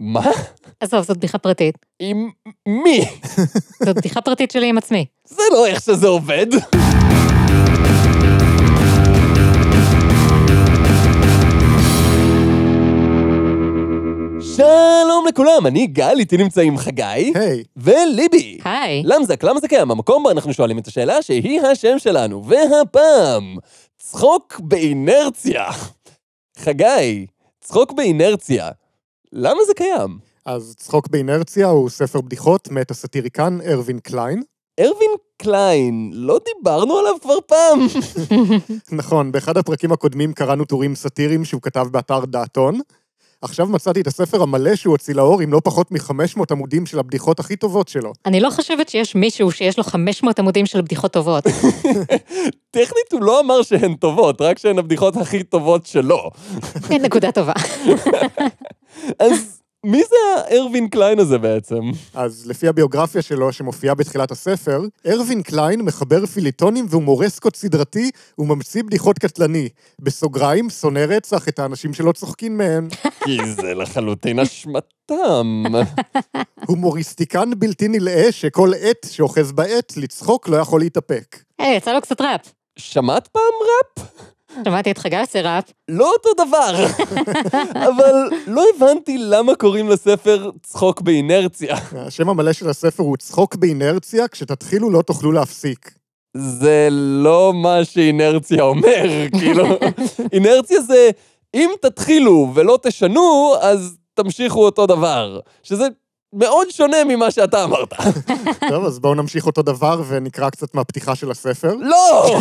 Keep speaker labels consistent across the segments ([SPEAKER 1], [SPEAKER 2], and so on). [SPEAKER 1] מה?
[SPEAKER 2] עזוב, זאת בדיחה פרטית.
[SPEAKER 1] עם מי?
[SPEAKER 2] זאת בדיחה פרטית שלי עם עצמי.
[SPEAKER 1] זה לא איך שזה עובד. שלום לכולם, אני גל, איתי נמצאים חגי
[SPEAKER 3] היי,
[SPEAKER 1] וליבי.
[SPEAKER 2] היי.
[SPEAKER 1] למזק, למה זה קיים? המקום בו אנחנו שואלים את השאלה שהיא השם שלנו, והפעם, צחוק באינרציה. חגי, צחוק באינרציה, למה זה קיים?
[SPEAKER 3] אז צחוק באינרציה הוא ספר בדיחות מאת הסאטיריקן ארווין קליין.
[SPEAKER 1] ארווין קליין, לא דיברנו עליו כבר פעם.
[SPEAKER 3] נכון, באחד הפרקים הקודמים קראנו טורים סאטיריים שהוא כתב באתר דעתון. עכשיו מצאתי את הספר המלא שהוא הוציא לאור עם לא פחות מ-500 עמודים של הבדיחות הכי טובות שלו.
[SPEAKER 2] אני לא חושבת שיש מישהו שיש לו 500 עמודים של בדיחות טובות.
[SPEAKER 1] טכנית הוא לא אמר שהן טובות, רק שהן הבדיחות הכי טובות שלו.
[SPEAKER 2] נקודה טובה.
[SPEAKER 1] אז מי זה הארווין קליין הזה בעצם?
[SPEAKER 3] אז לפי הביוגרפיה שלו, שמופיעה בתחילת הספר, ארווין קליין מחבר פיליטונים והומור סקוט סדרתי וממציא בדיחות קטלני. בסוגריים, שונא רצח את האנשים שלא צוחקים מהם.
[SPEAKER 1] כי זה לחלוטין אשמתם.
[SPEAKER 3] הומוריסטיקן בלתי נלאה שכל עט שאוחז בעט, לצחוק לא יכול להתאפק.
[SPEAKER 2] היי, יצא לו קצת ראפ.
[SPEAKER 1] שמעת פעם ראפ?
[SPEAKER 2] שמעתי את חגי עושה ראפ.
[SPEAKER 1] לא אותו דבר. אבל לא הבנתי למה קוראים לספר צחוק באינרציה.
[SPEAKER 3] השם המלא של הספר הוא צחוק באינרציה, כשתתחילו לא תוכלו להפסיק.
[SPEAKER 1] זה לא מה שאינרציה אומר, כאילו. אינרציה זה, אם תתחילו ולא תשנו, אז תמשיכו אותו דבר. שזה מאוד שונה ממה שאתה אמרת.
[SPEAKER 3] טוב, אז בואו נמשיך אותו דבר ונקרא קצת מהפתיחה של הספר.
[SPEAKER 1] לא!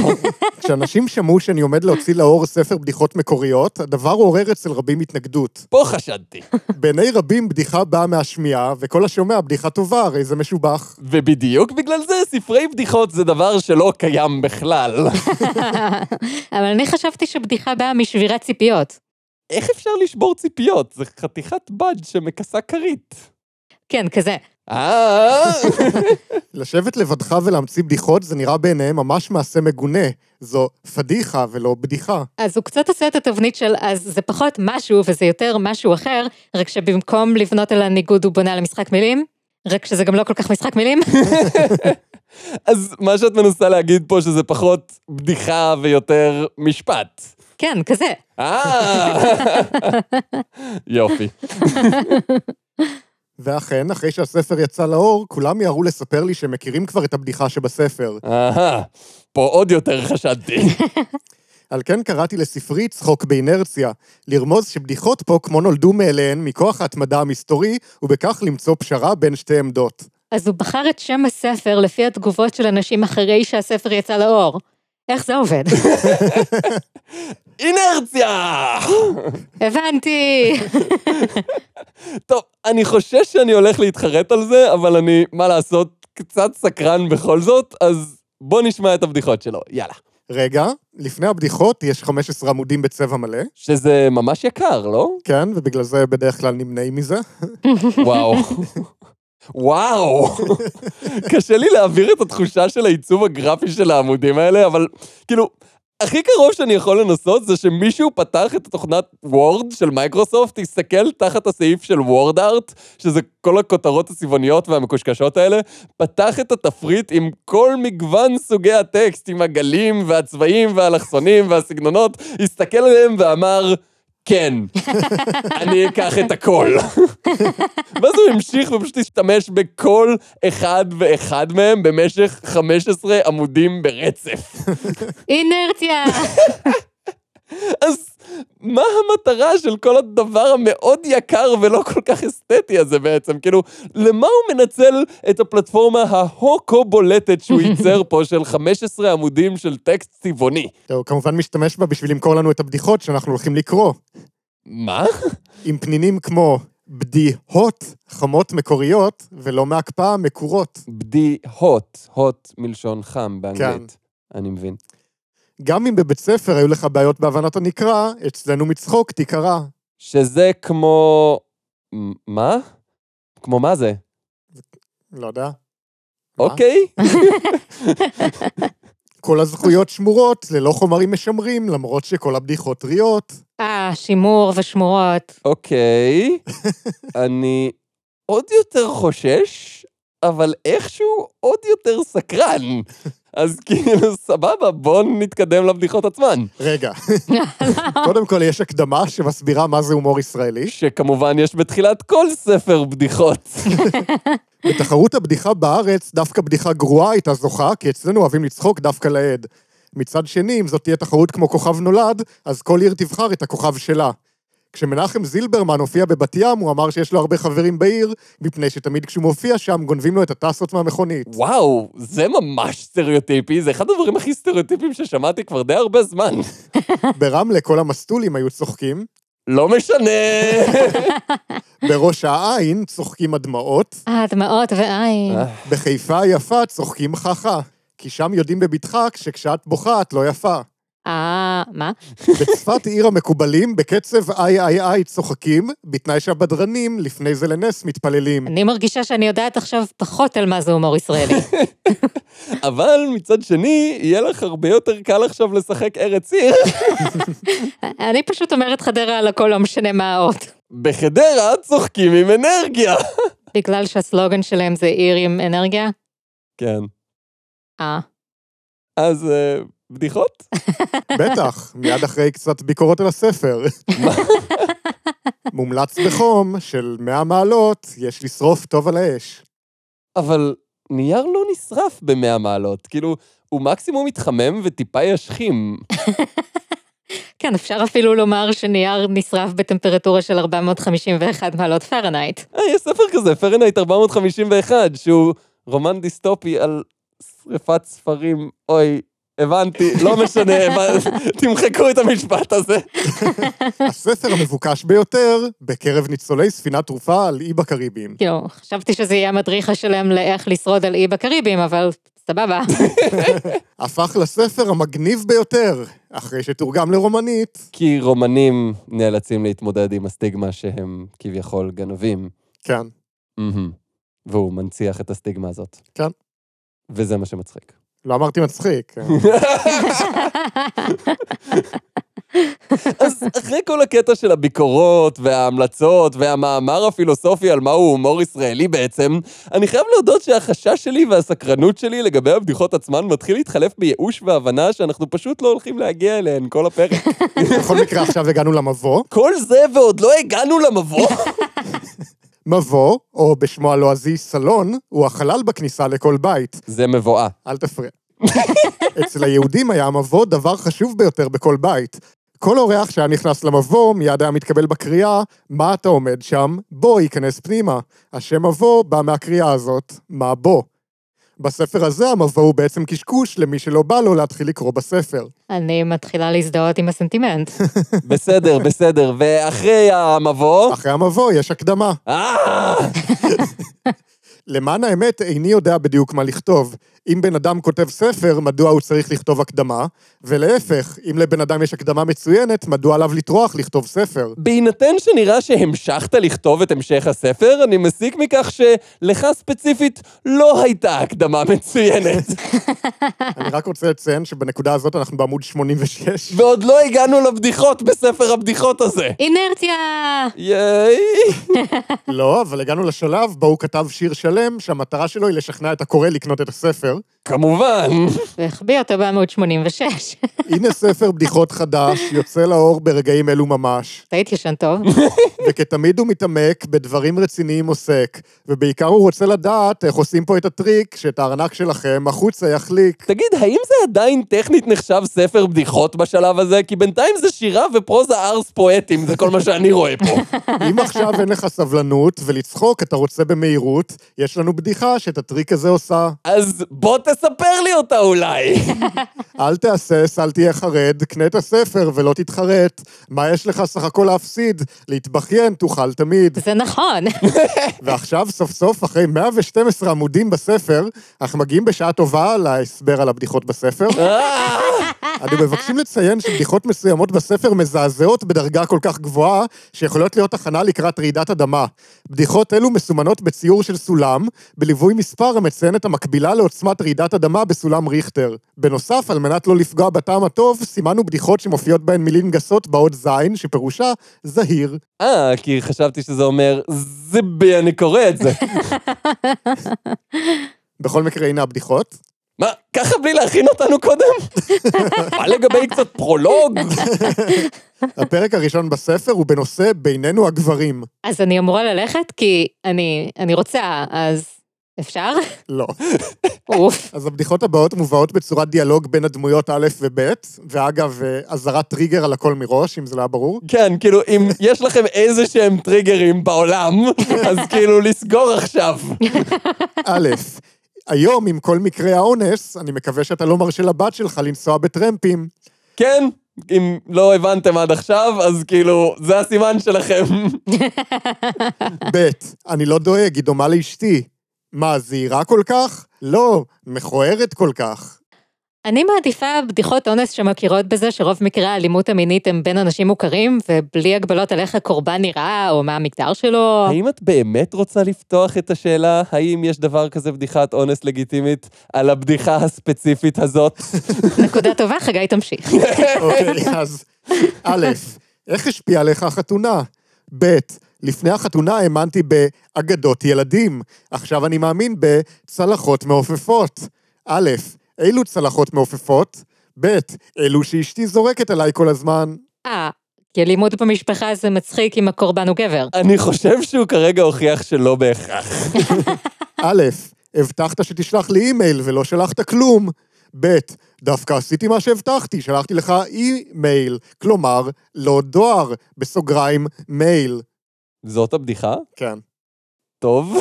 [SPEAKER 3] כשאנשים שמעו שאני עומד להוציא לאור ספר בדיחות מקוריות, הדבר עורר אצל רבים התנגדות.
[SPEAKER 1] פה חשדתי.
[SPEAKER 3] בעיני רבים בדיחה באה מהשמיעה, וכל השומע בדיחה טובה, הרי זה משובח.
[SPEAKER 1] ובדיוק בגלל זה ספרי בדיחות זה דבר שלא קיים בכלל.
[SPEAKER 2] אבל אני חשבתי שבדיחה באה משבירת ציפיות.
[SPEAKER 1] איך אפשר לשבור ציפיות? זה חתיכת בד שמכסה כרית.
[SPEAKER 2] כן, כזה.
[SPEAKER 1] אה,
[SPEAKER 3] לשבת לבדך ולהמציא בדיחות זה נראה בעיניהם ממש מעשה מגונה. זו פדיחה ולא בדיחה.
[SPEAKER 2] אז הוא קצת עושה את התבנית של אז זה פחות משהו וזה יותר משהו אחר, רק שבמקום לבנות על הניגוד הוא בונה על המשחק מילים, רק שזה גם לא כל כך משחק מילים.
[SPEAKER 1] אז מה שאת מנסה להגיד פה שזה פחות בדיחה ויותר משפט.
[SPEAKER 2] כן, כזה.
[SPEAKER 1] אה, יופי.
[SPEAKER 3] ואכן, אחרי שהספר יצא לאור, כולם יערו לספר לי שהם מכירים כבר את הבדיחה שבספר.
[SPEAKER 1] אהה, פה עוד יותר חשדתי.
[SPEAKER 3] על כן קראתי לספרי צחוק באינרציה, לרמוז שבדיחות פה כמו נולדו מאליהן מכוח ההתמדה המסתורי, ובכך למצוא פשרה בין שתי עמדות.
[SPEAKER 2] אז הוא בחר את שם הספר לפי התגובות של אנשים אחרי שהספר יצא לאור. איך זה עובד?
[SPEAKER 1] אינרציה!
[SPEAKER 2] הבנתי.
[SPEAKER 1] טוב, אני חושש שאני הולך להתחרט על זה, אבל אני, מה לעשות, קצת סקרן בכל זאת, אז בוא נשמע את הבדיחות שלו, יאללה.
[SPEAKER 3] רגע, לפני הבדיחות יש 15 עמודים בצבע מלא,
[SPEAKER 1] שזה ממש יקר, לא?
[SPEAKER 3] כן, ובגלל זה בדרך כלל נמנעים מזה.
[SPEAKER 1] וואו. וואו. קשה לי להעביר את התחושה של העיצוב הגרפי של העמודים האלה, אבל כאילו, הכי קרוב שאני יכול לנסות זה שמישהו פתח את התוכנת וורד של מייקרוסופט, הסתכל תחת הסעיף של וורד ארט, שזה כל הכותרות הצבעוניות והמקושקשות האלה, פתח את התפריט עם כל מגוון סוגי הטקסט, עם הגלים והצבעים והאלכסונים והסגנונות, הסתכל עליהם ואמר, כן, אני אקח את הכל. ואז הוא המשיך ופשוט השתמש בכל אחד ואחד מהם במשך 15 עמודים ברצף.
[SPEAKER 2] אינרציה.
[SPEAKER 1] אז מה המטרה של כל הדבר המאוד יקר ולא כל כך אסתטי הזה בעצם? כאילו, למה הוא מנצל את הפלטפורמה ההוקו בולטת שהוא ייצר פה של 15 עמודים של טקסט צבעוני?
[SPEAKER 3] טוב, הוא כמובן משתמש בה בשביל למכור לנו את הבדיחות שאנחנו הולכים לקרוא.
[SPEAKER 1] מה?
[SPEAKER 3] עם פנינים כמו בדיהות חמות מקוריות, ולא מהקפאה מקורות.
[SPEAKER 1] בדי הוט, הוט מלשון חם באנגלית. אני מבין.
[SPEAKER 3] גם אם בבית ספר היו לך בעיות בהבנת הנקרא, אצלנו מצחוק תיקרא.
[SPEAKER 1] שזה כמו... מ- מה? כמו מה זה?
[SPEAKER 3] לא יודע. מה?
[SPEAKER 1] אוקיי.
[SPEAKER 3] כל הזכויות שמורות, ללא חומרים משמרים, למרות שכל הבדיחות טריות.
[SPEAKER 2] אה, שימור ושמורות.
[SPEAKER 1] אוקיי, אני עוד יותר חושש, אבל איכשהו עוד יותר סקרן. אז כאילו, סבבה, בואו נתקדם לבדיחות עצמן.
[SPEAKER 3] רגע, קודם כל יש הקדמה שמסבירה מה זה הומור ישראלי.
[SPEAKER 1] שכמובן יש בתחילת כל ספר בדיחות.
[SPEAKER 3] בתחרות הבדיחה בארץ, דווקא בדיחה גרועה הייתה זוכה, כי אצלנו אוהבים לצחוק דווקא לעד. מצד שני, אם זאת תהיה תחרות כמו כוכב נולד, אז כל עיר תבחר את הכוכב שלה. כשמנחם זילברמן הופיע בבת ים, הוא אמר שיש לו הרבה חברים בעיר, מפני שתמיד כשהוא מופיע שם, גונבים לו את הטסות מהמכונית.
[SPEAKER 1] וואו, זה ממש סטריאוטיפי, זה אחד הדברים הכי סטריאוטיפיים ששמעתי כבר די הרבה זמן.
[SPEAKER 3] ברמלה כל המסטולים היו צוחקים,
[SPEAKER 1] לא משנה.
[SPEAKER 3] בראש העין צוחקים הדמעות,
[SPEAKER 2] אה, דמעות ועין.
[SPEAKER 1] אה.
[SPEAKER 3] בחיפה היפה צוחקים חכה, כי שם יודעים בבטחה שכשאת בוכה את לא יפה.
[SPEAKER 2] אה, מה?
[SPEAKER 3] בצפת עיר המקובלים בקצב איי איי איי צוחקים, בתנאי שהבדרנים לפני זה לנס מתפללים.
[SPEAKER 2] אני מרגישה שאני יודעת עכשיו פחות על מה זה הומור ישראלי.
[SPEAKER 1] אבל מצד שני, יהיה לך הרבה יותר קל עכשיו לשחק ארץ עיר.
[SPEAKER 2] אה, אני פשוט אומרת חדרה על הכל, לא משנה מה האות.
[SPEAKER 1] בחדרה צוחקים עם אנרגיה.
[SPEAKER 2] בגלל שהסלוגן שלהם זה עיר עם אנרגיה?
[SPEAKER 1] כן.
[SPEAKER 2] אה.
[SPEAKER 1] אז אה, בדיחות?
[SPEAKER 3] בטח, מיד אחרי קצת ביקורות על הספר. מומלץ בחום של 100 מעלות, יש לשרוף טוב על האש.
[SPEAKER 1] אבל נייר לא נשרף במאה מעלות, כאילו, הוא מקסימום מתחמם וטיפה ישכים.
[SPEAKER 2] כן, אפשר אפילו לומר שנייר נשרף בטמפרטורה של 451 מעלות פרנייט.
[SPEAKER 1] אה, יש ספר כזה, פרנייט 451, שהוא רומן דיסטופי על שריפת ספרים. אוי, הבנתי, לא משנה, הבנ- תמחקו את המשפט הזה.
[SPEAKER 3] הספר המבוקש ביותר בקרב ניצולי ספינת תרופה על אי בקריביים.
[SPEAKER 2] כאילו, חשבתי שזה יהיה המדריכה שלהם לאיך לשרוד על אי בקריבים, אבל סבבה.
[SPEAKER 3] הפך לספר המגניב ביותר, אחרי שתורגם לרומנית.
[SPEAKER 1] כי רומנים נאלצים להתמודד עם הסטיגמה שהם כביכול גנבים.
[SPEAKER 3] כן.
[SPEAKER 1] מהמם. והוא מנציח את הסטיגמה הזאת.
[SPEAKER 3] כן.
[SPEAKER 1] וזה מה שמצחיק.
[SPEAKER 3] לא אמרתי מצחיק.
[SPEAKER 1] אז אחרי כל הקטע של הביקורות וההמלצות והמאמר הפילוסופי על מהו הומור ישראלי בעצם, אני חייב להודות שהחשש שלי והסקרנות שלי לגבי הבדיחות עצמן מתחיל להתחלף בייאוש והבנה שאנחנו פשוט לא הולכים להגיע אליהן כל הפרק.
[SPEAKER 3] בכל מקרה, עכשיו הגענו למבוא.
[SPEAKER 1] כל זה ועוד לא הגענו למבוא.
[SPEAKER 3] מבוא, או בשמו הלועזי סלון, הוא החלל בכניסה לכל בית.
[SPEAKER 1] זה מבואה.
[SPEAKER 3] אל תפריע. אצל היהודים היה המבוא דבר חשוב ביותר בכל בית. כל אורח שהיה נכנס למבוא, מיד היה מתקבל בקריאה, מה אתה עומד שם? בוא, ייכנס פנימה. השם מבוא בא מהקריאה הזאת, מה בוא? בספר הזה המבוא הוא בעצם קשקוש למי שלא בא לו להתחיל לקרוא בספר.
[SPEAKER 2] אני מתחילה להזדהות עם הסנטימנט.
[SPEAKER 1] בסדר, בסדר. ואחרי המבוא...
[SPEAKER 3] אחרי המבוא יש הקדמה.
[SPEAKER 1] אה!
[SPEAKER 3] למען האמת, איני יודע בדיוק מה לכתוב. אם בן אדם כותב ספר, מדוע הוא צריך לכתוב הקדמה? ולהפך, אם לבן אדם יש הקדמה מצוינת, מדוע עליו לטרוח לכתוב ספר?
[SPEAKER 1] בהינתן שנראה שהמשכת לכתוב את המשך הספר, אני מסיק מכך שלך ספציפית לא הייתה הקדמה מצוינת.
[SPEAKER 3] אני רק רוצה לציין שבנקודה הזאת אנחנו בעמוד 86.
[SPEAKER 1] ועוד לא הגענו לבדיחות בספר הבדיחות הזה.
[SPEAKER 2] אינרציה!
[SPEAKER 1] ייי.
[SPEAKER 3] לא, אבל הגענו לשלב בו הוא כתב שיר שלם, שהמטרה שלו היא לשכנע את הקורא לקנות את הספר.
[SPEAKER 1] כמובן.
[SPEAKER 2] והחביא אותו בעמוד 86.
[SPEAKER 3] הנה ספר בדיחות חדש, יוצא לאור ברגעים אלו ממש.
[SPEAKER 2] אתה התיישן טוב.
[SPEAKER 3] וכתמיד הוא מתעמק, בדברים רציניים עוסק, ובעיקר הוא רוצה לדעת איך עושים פה את הטריק, שאת הארנק שלכם החוצה יחליק.
[SPEAKER 1] תגיד, האם זה עדיין טכנית נחשב ספר בדיחות בשלב הזה? כי בינתיים זה שירה ופרוזה ארס פואטים, זה כל מה שאני רואה פה.
[SPEAKER 3] אם עכשיו אין לך סבלנות ולצחוק אתה רוצה במהירות, יש לנו בדיחה שאת הטריק הזה עושה.
[SPEAKER 1] אז בוא תספר לי אותה אולי.
[SPEAKER 3] אל תהסס, אל תהיה חרד, קנה את הספר ולא תתחרט. מה יש לך סך הכל להפסיד? להתבכיין תוכל תמיד.
[SPEAKER 2] זה נכון.
[SPEAKER 3] ועכשיו, סוף סוף, אחרי 112 עמודים בספר, אנחנו מגיעים בשעה טובה להסבר על הבדיחות בספר.
[SPEAKER 1] אה,
[SPEAKER 3] אנו מבקשים לציין שבדיחות מסוימות בספר מזעזעות בדרגה כל כך גבוהה, שיכולות להיות הכנה לקראת רעידת אדמה. בדיחות אלו מסומנות בציור של סולם, בליווי מספר המציין את המקבילה לעוצמת רעידת אדמה בסולם ריכטר. בנוסף, על מנת לא לפגוע בטעם הטוב, סימנו בדיחות שמופיעות בהן מילים גסות באות זין, שפירושה זהיר.
[SPEAKER 1] אה, כי חשבתי שזה אומר, זיבי, אני קורא את זה.
[SPEAKER 3] בכל מקרה, הנה הבדיחות.
[SPEAKER 1] מה, ככה בלי להכין אותנו קודם? מה לגבי קצת פרולוג?
[SPEAKER 3] הפרק הראשון בספר הוא בנושא בינינו הגברים.
[SPEAKER 2] אז אני אמורה ללכת כי אני, אני רוצה, אז אפשר?
[SPEAKER 3] לא.
[SPEAKER 2] אוף.
[SPEAKER 3] אז הבדיחות הבאות מובאות בצורת דיאלוג בין הדמויות א' וב', ואגב, אה, אזהרת טריגר על הכל מראש, אם זה לא היה ברור.
[SPEAKER 1] כן, כאילו, אם יש לכם איזה שהם טריגרים בעולם, אז כאילו לסגור עכשיו.
[SPEAKER 3] א', היום, עם כל מקרי האונס, אני מקווה שאתה לא מרשה לבת שלך לנסוע בטרמפים.
[SPEAKER 1] כן, אם לא הבנתם עד עכשיו, אז כאילו, זה הסימן שלכם.
[SPEAKER 3] ב', אני לא דואג, היא דומה לאשתי. מה, זהירה כל כך? לא, מכוערת כל כך.
[SPEAKER 2] אני מעדיפה בדיחות אונס שמכירות בזה שרוב מקרי האלימות המינית הם בין אנשים מוכרים, ובלי הגבלות על איך הקורבן נראה, או מה המגדר שלו.
[SPEAKER 1] האם את באמת רוצה לפתוח את השאלה, האם יש דבר כזה בדיחת אונס לגיטימית על הבדיחה הספציפית הזאת?
[SPEAKER 2] נקודה טובה, חגי תמשיך.
[SPEAKER 3] אוקיי, אז א', איך השפיעה עליך החתונה? ב', לפני החתונה האמנתי באגדות ילדים, עכשיו אני מאמין בצלחות מעופפות. א', אילו צלחות מעופפות? ב', אלו שאשתי זורקת עליי כל הזמן.
[SPEAKER 2] אה, כי אלימות במשפחה זה מצחיק אם הקורבן הוא גבר.
[SPEAKER 1] אני חושב שהוא כרגע הוכיח שלא בהכרח.
[SPEAKER 3] א', הבטחת שתשלח לי אימייל ולא שלחת כלום. ב', דווקא עשיתי מה שהבטחתי, שלחתי לך אימייל, כלומר, לא דואר, בסוגריים, מייל.
[SPEAKER 1] זאת הבדיחה?
[SPEAKER 3] כן.
[SPEAKER 1] טוב.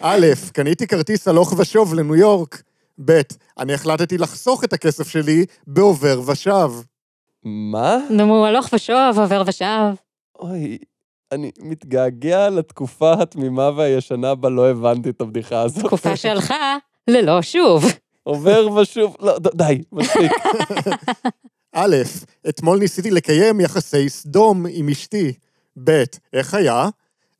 [SPEAKER 3] א', קניתי כרטיס הלוך ושוב לניו יורק. ב', אני החלטתי לחסוך את הכסף שלי בעובר ושב.
[SPEAKER 1] מה?
[SPEAKER 2] נו, הלוך ושוב, עובר ושב.
[SPEAKER 1] אוי, אני מתגעגע לתקופה התמימה והישנה בה לא הבנתי את הבדיחה הזאת.
[SPEAKER 2] תקופה שהלכה ללא שוב.
[SPEAKER 1] עובר ושוב, לא, ד- די, מספיק.
[SPEAKER 3] א', אתמול ניסיתי לקיים יחסי סדום עם אשתי. ב', איך היה?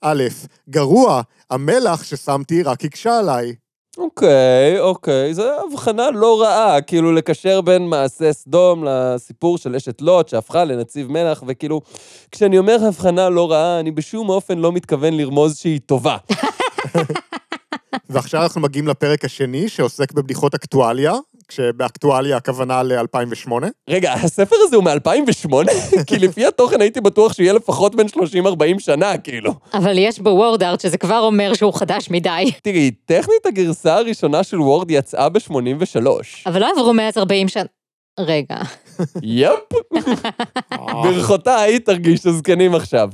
[SPEAKER 3] א', גרוע, המלח ששמתי רק הקשה עליי.
[SPEAKER 1] אוקיי, אוקיי, זו הבחנה לא רעה, כאילו לקשר בין מעשה סדום לסיפור של אשת לוט שהפכה לנציב מלח, וכאילו, כשאני אומר הבחנה לא רעה, אני בשום אופן לא מתכוון לרמוז שהיא טובה.
[SPEAKER 3] ועכשיו אנחנו מגיעים לפרק השני, שעוסק בבדיחות אקטואליה, כשבאקטואליה הכוונה ל-2008.
[SPEAKER 1] רגע, הספר הזה הוא מ-2008? כי לפי התוכן הייתי בטוח שהוא יהיה לפחות בין 30-40 שנה, כאילו.
[SPEAKER 2] אבל יש בו וורד ארט שזה כבר אומר שהוא חדש מדי.
[SPEAKER 1] תראי, טכנית הגרסה הראשונה של וורד יצאה ב-83.
[SPEAKER 2] אבל לא עברו מאז 40 שנה. רגע.
[SPEAKER 1] יפ, ברכותיי, תרגיש הזקנים עכשיו.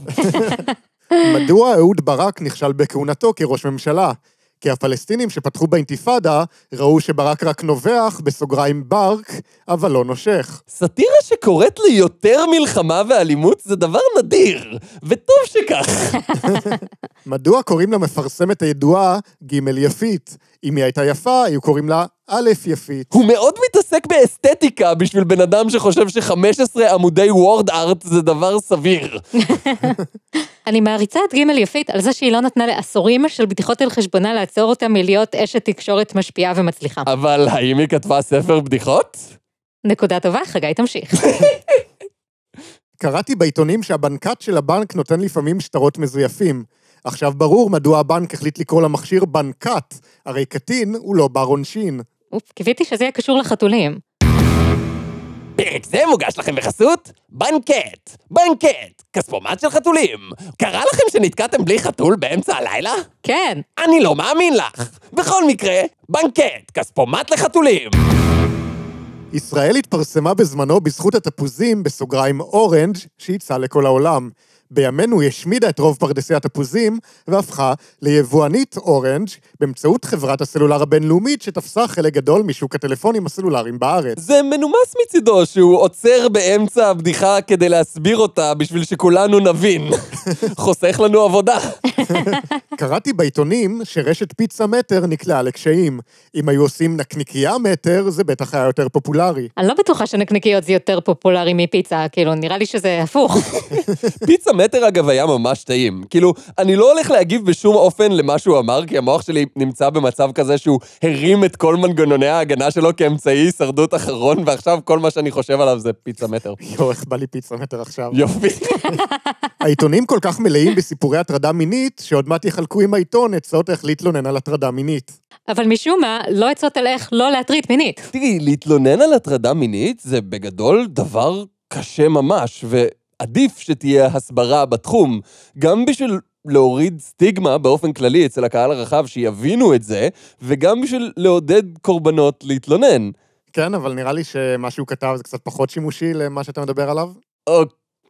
[SPEAKER 3] מדוע אהוד ברק נכשל בכהונתו כראש ממשלה? כי הפלסטינים שפתחו באינתיפאדה ראו שברק רק נובח, בסוגריים ברק, אבל לא נושך.
[SPEAKER 1] סאטירה שקוראת ליותר מלחמה ואלימות זה דבר נדיר, וטוב שכך.
[SPEAKER 3] מדוע קוראים למפרסמת הידועה ג' יפית? אם היא הייתה יפה, היו קוראים לה א' יפית.
[SPEAKER 1] הוא מאוד מתעסק באסתטיקה בשביל בן אדם שחושב ש-15 עמודי וורד ארט זה דבר סביר.
[SPEAKER 2] אני מעריצה את ג' יפית על זה שהיא לא נתנה לעשורים של בדיחות על חשבונה לעצור אותה מלהיות אשת תקשורת משפיעה ומצליחה.
[SPEAKER 1] אבל האם היא כתבה ספר בדיחות?
[SPEAKER 2] נקודה טובה, חגי תמשיך.
[SPEAKER 3] קראתי בעיתונים שהבנקט של הבנק נותן לפעמים שטרות מזויפים. עכשיו ברור מדוע הבנק החליט לקרוא למכשיר בנקט, הרי קטין הוא לא בר עונשין.
[SPEAKER 2] אופ, קיוויתי שזה יהיה קשור לחתולים.
[SPEAKER 1] פרק זה מוגש לכם בחסות בנקט, בנקט, כספומט של חתולים. קרה לכם שנתקעתם בלי חתול באמצע הלילה?
[SPEAKER 2] כן,
[SPEAKER 1] אני לא מאמין לך. בכל מקרה, בנקט, כספומט לחתולים.
[SPEAKER 3] ישראל התפרסמה בזמנו בזכות התפוזים, בסוגריים אורנג', שייצא לכל העולם. בימינו היא השמידה את רוב פרדסי התפוזים והפכה ליבואנית אורנג' באמצעות חברת הסלולר הבינלאומית שתפסה חלק גדול משוק הטלפונים הסלולריים בארץ.
[SPEAKER 1] זה מנומס מצידו שהוא עוצר באמצע הבדיחה כדי להסביר אותה בשביל שכולנו נבין. חוסך לנו עבודה.
[SPEAKER 3] קראתי בעיתונים שרשת פיצה מטר נקלעה לקשיים. אם היו עושים נקניקייה מטר, זה בטח היה יותר פופולרי.
[SPEAKER 2] אני לא בטוחה שנקניקיות זה יותר פופולרי מפיצה, כאילו, נראה לי שזה הפוך.
[SPEAKER 1] פיצה מטר, אגב, היה ממש טעים. כאילו, אני לא הולך להגיב בשום אופן למה שהוא אמר, כי המוח שלי נמצא במצב כזה שהוא הרים את כל מנגנוני ההגנה שלו כאמצעי הישרדות אחרון, ועכשיו כל מה שאני חושב עליו זה פיצה מטר.
[SPEAKER 3] יואו, איך בא לי פיצה מטר עכשיו.
[SPEAKER 1] יופי.
[SPEAKER 3] העיתונים כל כך מלאים בסיפורי הטרדה מינית, שעוד מעט יחלקו עם העיתון עצות איך להתלונן על הטרדה מינית.
[SPEAKER 2] אבל משום מה, לא עצות על איך לא להטריד מינית.
[SPEAKER 1] תראי, להתלונן על הטרדה מינית זה בגדול דבר קשה ממש, ועדיף שתהיה הסברה בתחום, גם בשביל להוריד סטיגמה באופן כללי אצל הקהל הרחב שיבינו את זה, וגם בשביל לעודד קורבנות להתלונן.
[SPEAKER 3] כן, אבל נראה לי שמה שהוא כתב זה קצת פחות שימושי למה שאתה מדבר עליו.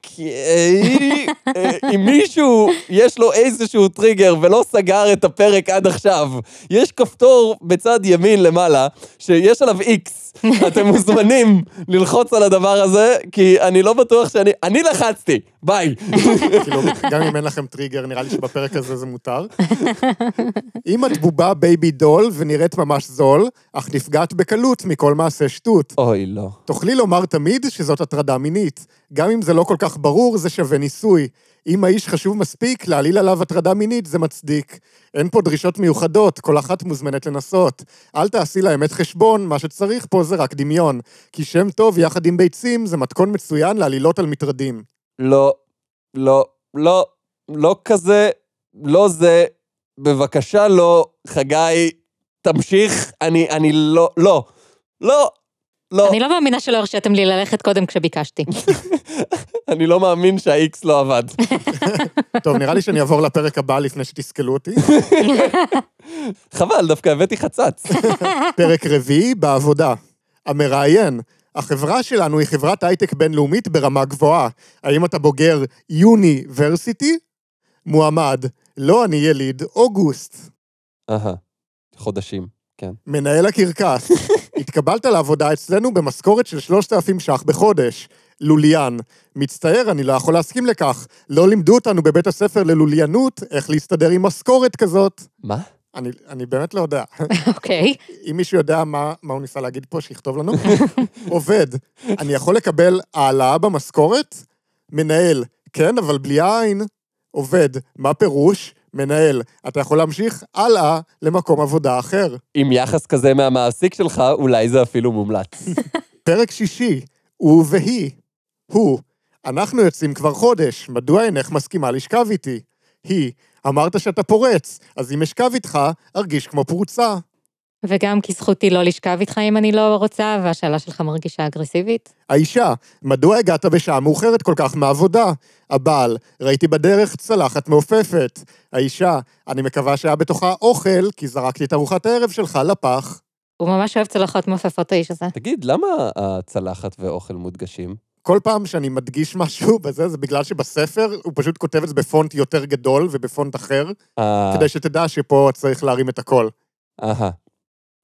[SPEAKER 1] אוקיי, אה, אם מישהו יש לו איזשהו טריגר ולא סגר את הפרק עד עכשיו, יש כפתור בצד ימין למעלה, שיש עליו איקס. אתם מוזמנים ללחוץ על הדבר הזה, כי אני לא בטוח שאני... אני לחצתי, ביי.
[SPEAKER 3] כאילו, גם אם אין לכם טריגר, נראה לי שבפרק הזה זה מותר. אם את בובה בייבי דול ונראית ממש זול, אך נפגעת בקלות מכל מעשה שטות,
[SPEAKER 1] אוי, לא.
[SPEAKER 3] תוכלי לומר תמיד שזאת הטרדה מינית. גם אם זה לא כל כך ברור, זה שווה ניסוי. אם האיש חשוב מספיק, להעליל עליו הטרדה מינית זה מצדיק. אין פה דרישות מיוחדות, כל אחת מוזמנת לנסות. אל תעשי לאמת חשבון, מה שצריך פה זה רק דמיון. כי שם טוב יחד עם ביצים זה מתכון מצוין לעלילות על מטרדים.
[SPEAKER 1] לא, לא, לא, לא כזה, לא זה. בבקשה, לא, חגי, תמשיך, אני, אני לא, לא, לא, לא.
[SPEAKER 2] אני לא מאמינה שלא הרשיתם לי ללכת קודם כשביקשתי.
[SPEAKER 1] אני לא מאמין שהאיקס לא עבד.
[SPEAKER 3] טוב, נראה לי שאני אעבור לפרק הבא לפני שתסכלו אותי.
[SPEAKER 1] חבל, דווקא הבאתי חצץ.
[SPEAKER 3] פרק רביעי בעבודה. המראיין, החברה שלנו היא חברת הייטק בינלאומית ברמה גבוהה. האם אתה בוגר יוניברסיטי? מועמד, לא אני יליד, אוגוסט.
[SPEAKER 1] אהה, חודשים, כן.
[SPEAKER 3] מנהל הקרקס, התקבלת לעבודה אצלנו במשכורת של 3,000 ש"ח בחודש. לוליין, מצטער, אני לא יכול להסכים לכך. לא לימדו אותנו בבית הספר ללוליינות איך להסתדר עם משכורת כזאת.
[SPEAKER 1] מה?
[SPEAKER 3] אני, אני באמת לא יודע.
[SPEAKER 2] אוקיי.
[SPEAKER 3] אם מישהו יודע מה, מה הוא ניסה להגיד פה, שיכתוב לנו. עובד, אני יכול לקבל העלאה במשכורת? מנהל, כן, אבל בלי העין. עובד, מה פירוש? מנהל, אתה יכול להמשיך הלאה למקום עבודה אחר.
[SPEAKER 1] עם יחס כזה מהמעסיק שלך, אולי זה אפילו מומלץ.
[SPEAKER 3] פרק שישי, הוא והיא. הוא, אנחנו יוצאים כבר חודש, מדוע אינך מסכימה לשכב איתי? היא, אמרת שאתה פורץ, אז אם אשכב איתך, ארגיש כמו פרוצה.
[SPEAKER 2] וגם כי זכותי לא לשכב איתך אם אני לא רוצה, והשאלה שלך מרגישה אגרסיבית.
[SPEAKER 3] האישה, מדוע הגעת בשעה מאוחרת כל כך מהעבודה? הבעל, ראיתי בדרך צלחת מעופפת. האישה, אני מקווה שהיה בתוכה אוכל, כי זרקתי את ארוחת הערב שלך לפח.
[SPEAKER 2] הוא ממש אוהב צלחות מעופפות, האיש הזה.
[SPEAKER 1] תגיד, למה הצלחת ואוכל מודגשים?
[SPEAKER 3] כל פעם שאני מדגיש משהו בזה, זה בגלל שבספר הוא פשוט כותב את זה בפונט יותר גדול ובפונט אחר,
[SPEAKER 1] אה,
[SPEAKER 3] כדי שתדע שפה צריך להרים את הכל.
[SPEAKER 1] אהה,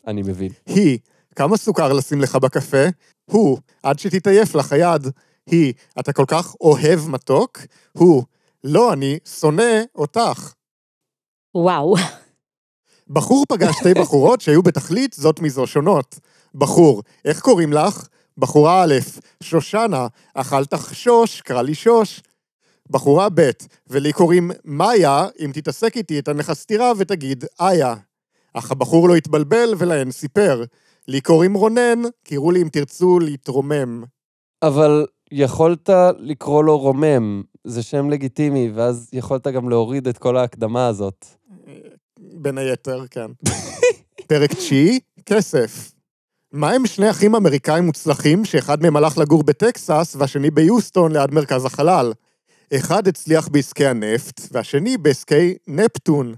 [SPEAKER 1] אני מבין.
[SPEAKER 3] היא, כמה סוכר לשים לך בקפה? הוא, עד שתתעייף לך היד. היא, אתה כל כך אוהב מתוק? הוא, לא, אני שונא אותך.
[SPEAKER 2] וואו.
[SPEAKER 3] בחור פגש שתי בחורות שהיו בתכלית זאת מזו שונות. בחור, איך קוראים לך? בחורה א', שושנה, אכלת שוש, קרא לי שוש. בחורה ב', ולי קוראים מאיה, אם תתעסק איתי אתן לך סטירה ותגיד איה. אך הבחור לא התבלבל ולהן סיפר. לי קוראים רונן, קראו לי אם תרצו להתרומם.
[SPEAKER 1] אבל יכולת לקרוא לו רומם, זה שם לגיטימי, ואז יכולת גם להוריד את כל ההקדמה הזאת.
[SPEAKER 3] בין היתר, כן. פרק תשיעי, כסף. מה הם שני אחים אמריקאים מוצלחים שאחד מהם הלך לגור בטקסס והשני ביוסטון ליד מרכז החלל? אחד הצליח בעסקי הנפט והשני בעסקי נפטון.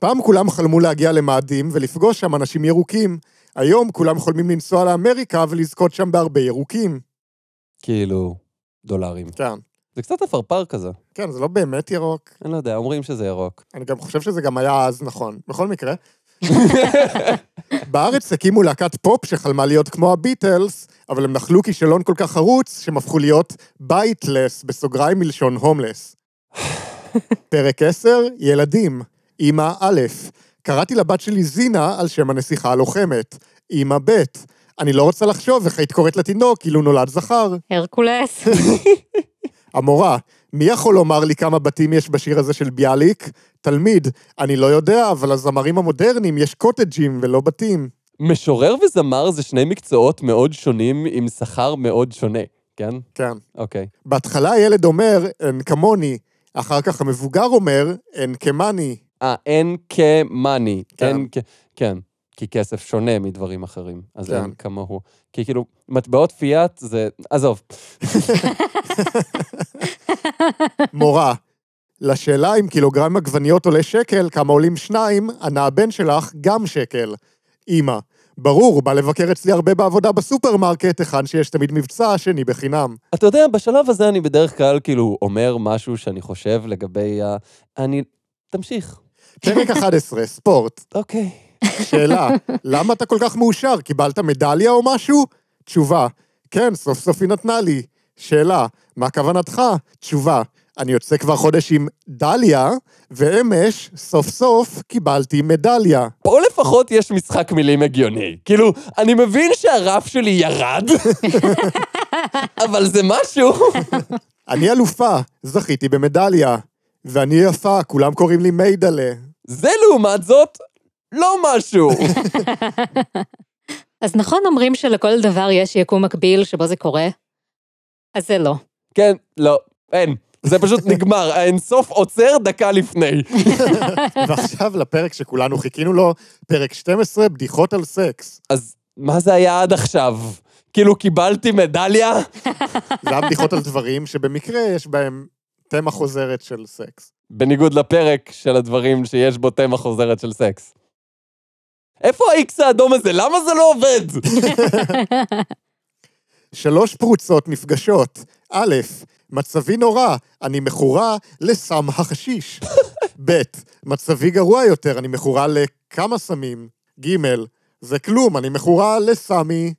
[SPEAKER 3] פעם כולם חלמו להגיע למאדים ולפגוש שם אנשים ירוקים. היום כולם חולמים לנסוע לאמריקה ולזכות שם בהרבה ירוקים.
[SPEAKER 1] כאילו, דולרים.
[SPEAKER 3] כן.
[SPEAKER 1] זה קצת עפרפר כזה.
[SPEAKER 3] כן, זה לא באמת ירוק.
[SPEAKER 1] אני לא יודע, אומרים שזה ירוק.
[SPEAKER 3] אני גם חושב שזה גם היה אז נכון. בכל מקרה. בארץ הקימו להקת פופ שחלמה להיות כמו הביטלס, אבל הם נחלו כישלון כל כך חרוץ, שהם הפכו להיות בייטלס, בסוגריים מלשון הומלס. פרק 10, ילדים. אמא א', קראתי לבת שלי זינה על שם הנסיכה הלוחמת. אמא ב', אני לא רוצה לחשוב איך היית קוראת לתינוק אילו נולד זכר.
[SPEAKER 2] הרקולס.
[SPEAKER 3] המורה, מי יכול לומר לי כמה בתים יש בשיר הזה של ביאליק? תלמיד, אני לא יודע, אבל לזמרים המודרניים יש קוטג'ים ולא בתים.
[SPEAKER 1] משורר וזמר זה שני מקצועות מאוד שונים עם שכר מאוד שונה, כן?
[SPEAKER 3] כן.
[SPEAKER 1] אוקיי.
[SPEAKER 3] בהתחלה הילד אומר, הן כמוני, אחר כך המבוגר אומר, הן כמני.
[SPEAKER 1] אה, אין כמאני.
[SPEAKER 3] כן.
[SPEAKER 1] אין כ... כן. כי כסף שונה מדברים אחרים, אז
[SPEAKER 3] כן.
[SPEAKER 1] אין כמוהו. כי כאילו, מטבעות פיאט זה... עזוב.
[SPEAKER 3] מורה, לשאלה אם קילוגרם עגבניות עולה שקל, כמה עולים שניים, ענה הבן שלך גם שקל. אמא, ברור, בא לבקר אצלי הרבה בעבודה בסופרמרקט, היכן שיש תמיד מבצע, השני בחינם.
[SPEAKER 1] אתה יודע, בשלב הזה אני בדרך כלל כאילו אומר משהו שאני חושב לגבי ה... אני... תמשיך.
[SPEAKER 3] פרק 11, ספורט.
[SPEAKER 1] אוקיי.
[SPEAKER 3] שאלה, למה אתה כל כך מאושר? קיבלת מדליה או משהו? תשובה, כן, סוף סוף היא נתנה לי. שאלה, מה כוונתך? תשובה, אני יוצא כבר חודש עם דליה, ואמש, סוף סוף, קיבלתי מדליה.
[SPEAKER 1] פה לפחות יש משחק מילים הגיוני. כאילו, אני מבין שהרף שלי ירד, אבל זה משהו.
[SPEAKER 3] אני אלופה, זכיתי במדליה. ואני יפה, כולם קוראים לי מיידלה.
[SPEAKER 1] זה לעומת זאת, לא משהו.
[SPEAKER 2] אז נכון אומרים שלכל דבר יש יקום מקביל שבו זה קורה? אז זה לא.
[SPEAKER 1] כן, לא, אין. זה פשוט נגמר, האינסוף עוצר דקה לפני.
[SPEAKER 3] ועכשיו לפרק שכולנו חיכינו לו, פרק 12, בדיחות על סקס.
[SPEAKER 1] אז מה זה היה עד עכשיו? כאילו קיבלתי מדליה?
[SPEAKER 3] זה היה בדיחות על דברים שבמקרה יש בהם תמה חוזרת של סקס.
[SPEAKER 1] בניגוד לפרק של הדברים שיש בו תמה חוזרת של סקס. איפה האיקס האדום הזה? למה זה לא עובד?
[SPEAKER 3] שלוש פרוצות נפגשות. א', מצבי נורא, אני מכורה לסם החשיש. ב', מצבי גרוע יותר, אני מכורה לכמה סמים. ג', זה כלום, אני מכורה לסמי.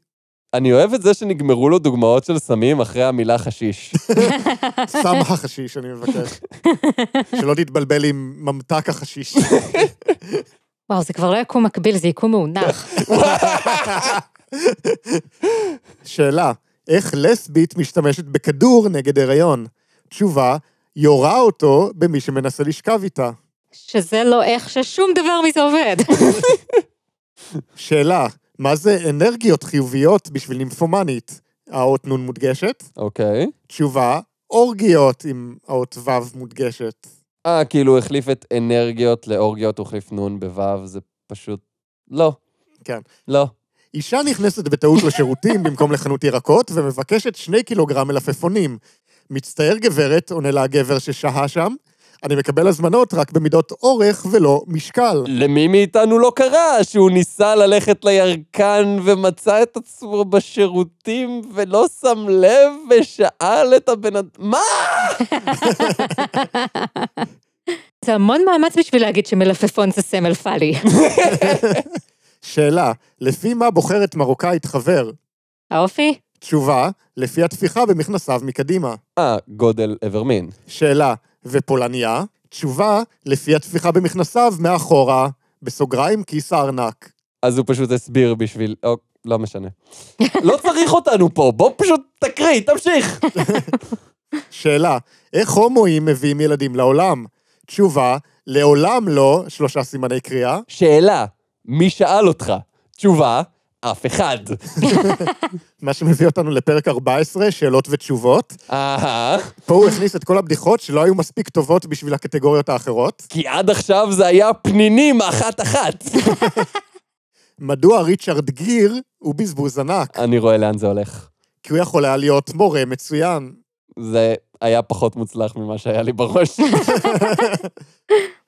[SPEAKER 1] אני אוהב את זה שנגמרו לו דוגמאות של סמים אחרי המילה חשיש.
[SPEAKER 3] סם החשיש, אני מבקש. שלא תתבלבל עם ממתק החשיש.
[SPEAKER 2] וואו, זה כבר לא יקום מקביל, זה יקום מאונח.
[SPEAKER 3] שאלה, איך לסבית משתמשת בכדור נגד הריון? תשובה, יורה אותו במי שמנסה לשכב איתה.
[SPEAKER 2] שזה לא איך ששום דבר מזה עובד.
[SPEAKER 3] שאלה, מה זה אנרגיות חיוביות בשביל נימפומנית? האות נ' מודגשת?
[SPEAKER 1] אוקיי.
[SPEAKER 3] תשובה, אורגיות עם האות ו' מודגשת.
[SPEAKER 1] אה, כאילו הוא החליף את אנרגיות לאורגיות, הוא החליף נון בוו, זה פשוט... לא.
[SPEAKER 3] כן.
[SPEAKER 1] לא.
[SPEAKER 3] אישה נכנסת בטעות לשירותים במקום לחנות ירקות ומבקשת שני קילוגרם מלפפונים. מצטער גברת, עונה לה הגבר ששהה שם, אני מקבל הזמנות רק במידות אורך ולא משקל.
[SPEAKER 1] למי מאיתנו לא קרה שהוא ניסה ללכת לירקן ומצא את עצמו בשירותים ולא שם לב ושאל את הבן אדם... מה?
[SPEAKER 2] זה המון מאמץ בשביל להגיד שמלפפון זה סמל פאלי.
[SPEAKER 3] שאלה, לפי מה בוחרת מרוקאית חבר?
[SPEAKER 2] האופי?
[SPEAKER 3] תשובה, לפי התפיחה במכנסיו מקדימה.
[SPEAKER 1] אה, גודל איבר מין.
[SPEAKER 3] שאלה, ופולניה? תשובה, לפי התפיחה במכנסיו מאחורה, בסוגריים כיס הארנק.
[SPEAKER 1] אז הוא פשוט הסביר בשביל... או, לא משנה. לא צריך אותנו פה, בוא פשוט תקריא, תמשיך.
[SPEAKER 3] שאלה, איך הומואים מביאים ילדים לעולם? תשובה, לעולם לא, שלושה סימני קריאה.
[SPEAKER 1] שאלה, מי שאל אותך? תשובה, אף אחד.
[SPEAKER 3] מה שמביא אותנו לפרק 14, שאלות ותשובות.
[SPEAKER 1] אהה.
[SPEAKER 3] פה הוא הכניס את כל הבדיחות שלא היו מספיק טובות בשביל הקטגוריות האחרות.
[SPEAKER 1] כי עד עכשיו זה היה פנינים אחת-אחת.
[SPEAKER 3] מדוע ריצ'רד גיר הוא בזבוז ענק?
[SPEAKER 1] אני רואה לאן זה הולך.
[SPEAKER 3] כי הוא יכול היה להיות מורה מצוין.
[SPEAKER 1] זה היה פחות מוצלח ממה שהיה לי בראש.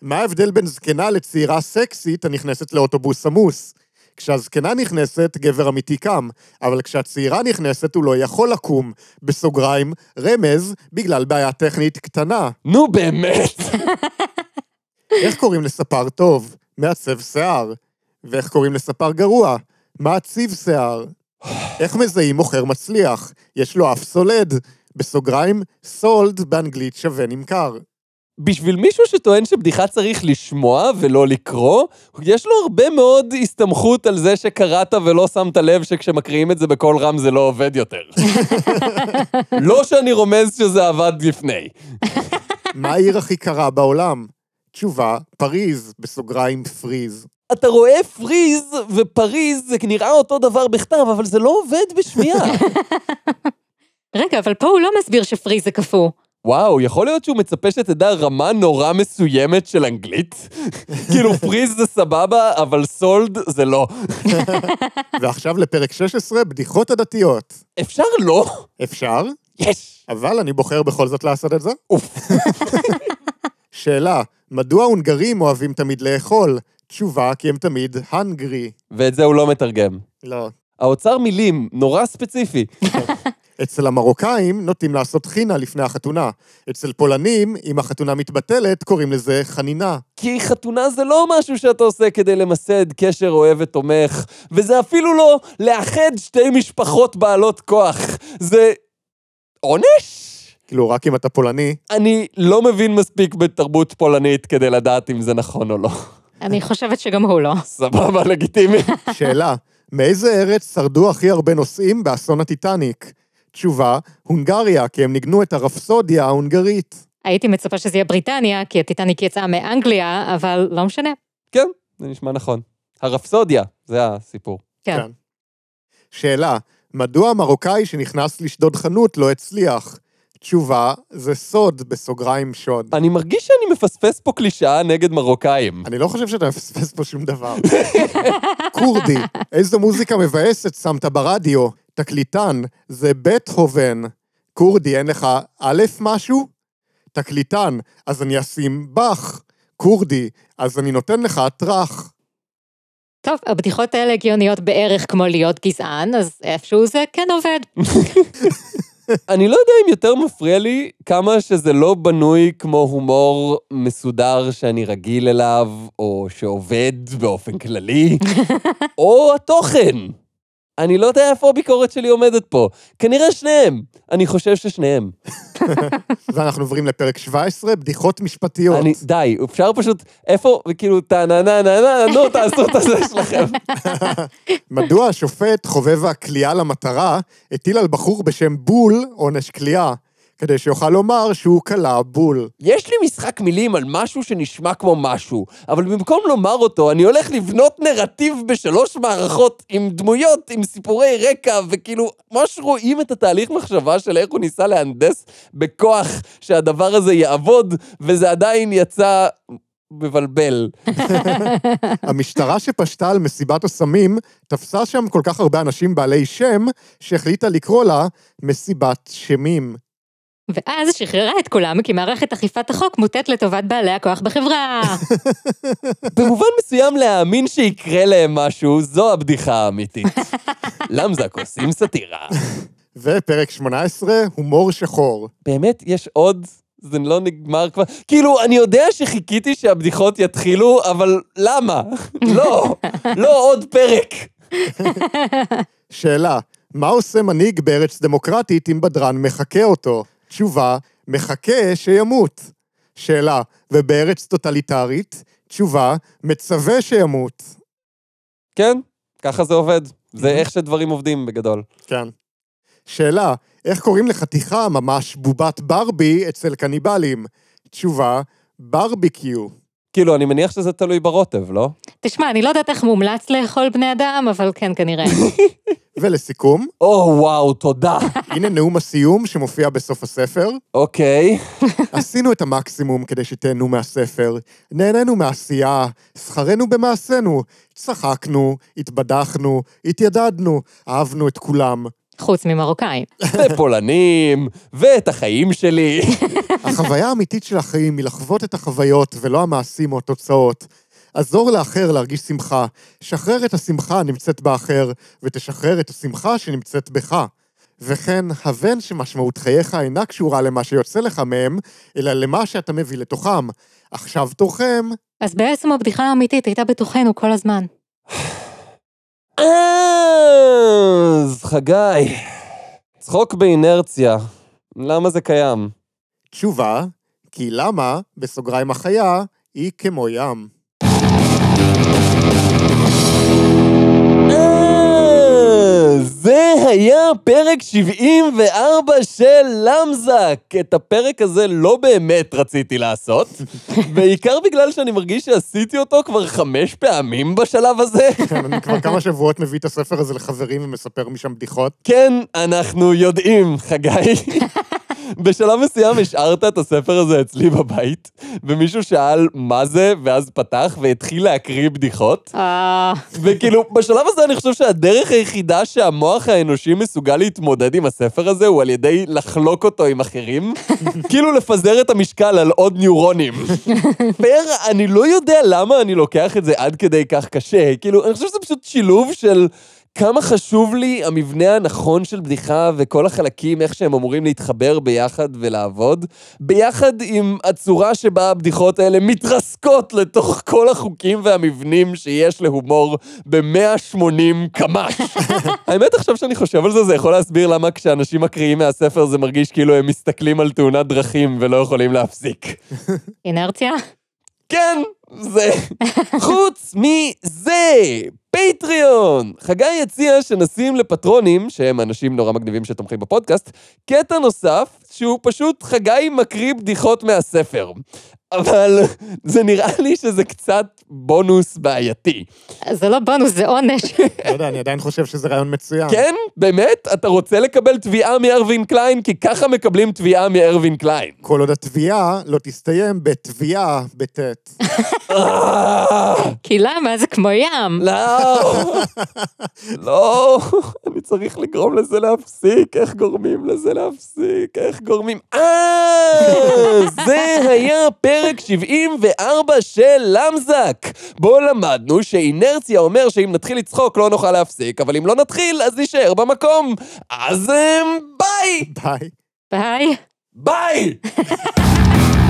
[SPEAKER 3] מה ההבדל בין זקנה לצעירה סקסית הנכנסת לאוטובוס עמוס? כשהזקנה נכנסת, גבר אמיתי קם, אבל כשהצעירה נכנסת, הוא לא יכול לקום. בסוגריים, רמז, בגלל בעיה טכנית קטנה.
[SPEAKER 1] נו באמת.
[SPEAKER 3] איך קוראים לספר טוב? מעצב שיער. ואיך קוראים לספר גרוע? מעציב שיער. איך מזהים מוכר מצליח? יש לו אף סולד. בסוגריים, סולד באנגלית שווה נמכר.
[SPEAKER 1] בשביל מישהו שטוען שבדיחה צריך לשמוע ולא לקרוא, יש לו הרבה מאוד הסתמכות על זה שקראת ולא שמת לב שכשמקריאים את זה בקול רם זה לא עובד יותר. לא שאני רומז שזה עבד לפני.
[SPEAKER 3] מה העיר הכי קרה בעולם? תשובה, פריז, בסוגריים פריז.
[SPEAKER 1] אתה רואה פריז ופריז, זה נראה אותו דבר בכתב, אבל זה לא עובד בשמיעה.
[SPEAKER 2] רגע, אבל פה הוא לא מסביר שפרי זה קפוא.
[SPEAKER 1] וואו, יכול להיות שהוא מצפה שתדע רמה נורא מסוימת של אנגלית? כאילו פריז זה סבבה, אבל סולד זה לא.
[SPEAKER 3] ועכשיו לפרק 16, בדיחות עדתיות.
[SPEAKER 1] אפשר לא?
[SPEAKER 3] אפשר?
[SPEAKER 1] יש.
[SPEAKER 3] אבל אני בוחר בכל זאת לעשות את זה.
[SPEAKER 1] אוף.
[SPEAKER 3] שאלה, מדוע ההונגרים אוהבים תמיד לאכול? תשובה, כי הם תמיד הנגרי.
[SPEAKER 1] ואת זה הוא לא מתרגם.
[SPEAKER 3] לא.
[SPEAKER 1] האוצר מילים, נורא ספציפי.
[SPEAKER 3] אצל המרוקאים נוטים לעשות חינה לפני החתונה. אצל פולנים, אם החתונה מתבטלת, קוראים לזה חנינה.
[SPEAKER 1] כי חתונה זה לא משהו שאתה עושה כדי למסד קשר אוהב ותומך, וזה אפילו לא לאחד שתי משפחות בעלות כוח. זה... עונש?
[SPEAKER 3] כאילו, רק אם אתה פולני,
[SPEAKER 1] אני לא מבין מספיק בתרבות פולנית כדי לדעת אם זה נכון או לא.
[SPEAKER 2] אני חושבת שגם הוא לא.
[SPEAKER 1] סבבה, לגיטימי.
[SPEAKER 3] שאלה, מאיזה ארץ שרדו הכי הרבה נוסעים באסון הטיטניק? תשובה, הונגריה, כי הם ניגנו את הרפסודיה ההונגרית.
[SPEAKER 2] הייתי מצפה שזה יהיה בריטניה, כי הטיטניק יצאה מאנגליה, אבל לא משנה.
[SPEAKER 1] כן, זה נשמע נכון. הרפסודיה, זה הסיפור.
[SPEAKER 2] כן.
[SPEAKER 3] כן. שאלה, מדוע המרוקאי שנכנס לשדוד חנות לא הצליח? תשובה, זה סוד, בסוגריים שוד.
[SPEAKER 1] אני מרגיש שאני מפספס פה קלישאה נגד מרוקאים.
[SPEAKER 3] אני לא חושב שאתה מפספס פה שום דבר. כורדי, איזו מוזיקה מבאסת שמת ברדיו? תקליטן, זה בטהובן. כורדי, אין לך א' משהו? תקליטן, אז אני אשים באך. כורדי, אז אני נותן לך טראח.
[SPEAKER 2] טוב, הבדיחות האלה הגיוניות בערך כמו להיות גזען, אז איפשהו זה כן עובד.
[SPEAKER 1] אני לא יודע אם יותר מפריע לי כמה שזה לא בנוי כמו הומור מסודר שאני רגיל אליו, או שעובד באופן כללי, או התוכן. אני לא יודע איפה הביקורת שלי עומדת פה. כנראה שניהם. אני חושב ששניהם.
[SPEAKER 3] ואנחנו עוברים לפרק 17, בדיחות משפטיות.
[SPEAKER 1] אני, די, אפשר פשוט, איפה, כאילו, טענה, נה, נה, נה, נו, תעשו את הזה שלכם.
[SPEAKER 3] מדוע השופט חובב הכליאה למטרה הטיל על בחור בשם בול עונש כליאה, כדי שיוכל לומר שהוא כלא בול.
[SPEAKER 1] יש לי משחק מילים על משהו שנשמע כמו משהו, אבל במקום לומר אותו, אני הולך לבנות נרטיב בשלוש מערכות עם דמויות, עם סיפורי רקע, וכאילו, ממש רואים את התהליך מחשבה של איך הוא ניסה להנדס בכוח שהדבר הזה יעבוד, וזה עדיין יצא מבלבל.
[SPEAKER 3] המשטרה שפשטה על מסיבת הסמים תפסה שם כל כך הרבה אנשים בעלי שם, שהחליטה לקרוא לה מסיבת שמים.
[SPEAKER 2] ואז שחררה את כולם, כי מערכת אכיפת החוק מוטית לטובת בעלי הכוח בחברה.
[SPEAKER 1] במובן מסוים להאמין שיקרה להם משהו, זו הבדיחה האמיתית. למזק עושים סאטירה.
[SPEAKER 3] ופרק 18, הומור שחור.
[SPEAKER 1] באמת, יש עוד? זה לא נגמר כבר? כאילו, אני יודע שחיכיתי שהבדיחות יתחילו, אבל למה? לא, לא עוד פרק.
[SPEAKER 3] שאלה, מה עושה מנהיג בארץ דמוקרטית אם בדרן מחקה אותו? תשובה, מחכה שימות. שאלה, ובארץ טוטליטרית? תשובה, מצווה שימות.
[SPEAKER 1] כן, ככה זה עובד. זה איך שדברים עובדים בגדול.
[SPEAKER 3] כן. שאלה, איך קוראים לחתיכה ממש בובת ברבי אצל קניבלים? תשובה, ברביקיו.
[SPEAKER 1] כאילו, אני מניח שזה תלוי ברוטב, לא?
[SPEAKER 2] תשמע, אני לא יודעת איך מומלץ לאכול בני אדם, אבל כן, כנראה.
[SPEAKER 3] ולסיכום,
[SPEAKER 1] או, וואו, תודה.
[SPEAKER 3] הנה נאום הסיום שמופיע בסוף הספר.
[SPEAKER 1] אוקיי.
[SPEAKER 3] עשינו את המקסימום כדי שתהנו מהספר, נהנינו מעשייה, שכרנו במעשינו, צחקנו, התבדחנו, התיידדנו, אהבנו את כולם.
[SPEAKER 2] חוץ ממרוקאים.
[SPEAKER 1] ופולנים, ואת החיים שלי.
[SPEAKER 3] החוויה האמיתית של החיים היא לחוות את החוויות ולא המעשים או התוצאות. עזור לאחר להרגיש שמחה. שחרר את השמחה הנמצאת באחר, ותשחרר את השמחה שנמצאת בך. וכן, הבן שמשמעות חייך אינה קשורה למה שיוצא לך מהם, אלא למה שאתה מביא לתוכם. עכשיו תורכם.
[SPEAKER 2] אז בעצם הבדיחה האמיתית הייתה בתוכנו כל הזמן.
[SPEAKER 1] אז חגי, צחוק באינרציה, למה זה קיים?
[SPEAKER 3] תשובה, כי למה, בסוגריים החיה, היא כמו ים.
[SPEAKER 1] אה, זה היה פרק 74 של למזק. את הפרק הזה לא באמת רציתי לעשות, בעיקר בגלל שאני מרגיש שעשיתי אותו כבר חמש פעמים בשלב הזה.
[SPEAKER 3] כן, אני כבר כמה שבועות מביא את הספר הזה לחברים ומספר משם בדיחות.
[SPEAKER 1] כן, אנחנו יודעים, חגי. בשלב מסוים השארת את הספר הזה אצלי בבית, ומישהו שאל מה זה, ואז פתח והתחיל להקריא בדיחות.
[SPEAKER 2] אה,
[SPEAKER 1] וכאילו, בשלב הזה אני חושב שהדרך היחידה שהמוח האנושי מסוגל להתמודד עם הספר הזה הוא על ידי לחלוק אותו עם אחרים. כאילו לפזר את המשקל על עוד ניורונים. פר, אני לא יודע למה אני לוקח את זה עד כדי כך קשה. כאילו, אני חושב שזה פשוט שילוב של... כמה חשוב לי המבנה הנכון של בדיחה וכל החלקים, איך שהם אמורים להתחבר ביחד ולעבוד, ביחד עם הצורה שבה הבדיחות האלה מתרסקות לתוך כל החוקים והמבנים שיש להומור ב-180 קמ"ש. האמת, עכשיו שאני חושב על זה, זה יכול להסביר למה כשאנשים מקריאים מהספר זה מרגיש כאילו הם מסתכלים על תאונת דרכים ולא יכולים להפסיק.
[SPEAKER 2] אינרציה?
[SPEAKER 1] כן, זה. חוץ מזה, פטריון! חגי הציע שנשים לפטרונים, שהם אנשים נורא מגניבים שתומכים בפודקאסט, קטע נוסף שהוא פשוט חגי מקריא בדיחות מהספר. אבל זה נראה לי שזה קצת בונוס בעייתי.
[SPEAKER 2] זה לא בונוס, זה עונש.
[SPEAKER 3] לא יודע, אני עדיין חושב שזה רעיון מצוין.
[SPEAKER 1] כן? באמת? אתה רוצה לקבל תביעה מארווין קליין? כי ככה מקבלים תביעה מארווין קליין.
[SPEAKER 3] כל עוד התביעה לא תסתיים בתביעה בטית.
[SPEAKER 1] אה,
[SPEAKER 2] כי למה? זה כמו ים.
[SPEAKER 1] לא, לא, אני צריך לגרום לזה להפסיק, איך גורמים לזה להפסיק, איך גורמים... אה, זה היה פרק 74 של למזק, בו למדנו שאינרציה אומר שאם נתחיל לצחוק לא נוכל להפסיק, אבל אם לא נתחיל אז נישאר במקום. אז אה, ביי!
[SPEAKER 3] ביי.
[SPEAKER 2] ביי.
[SPEAKER 1] ביי!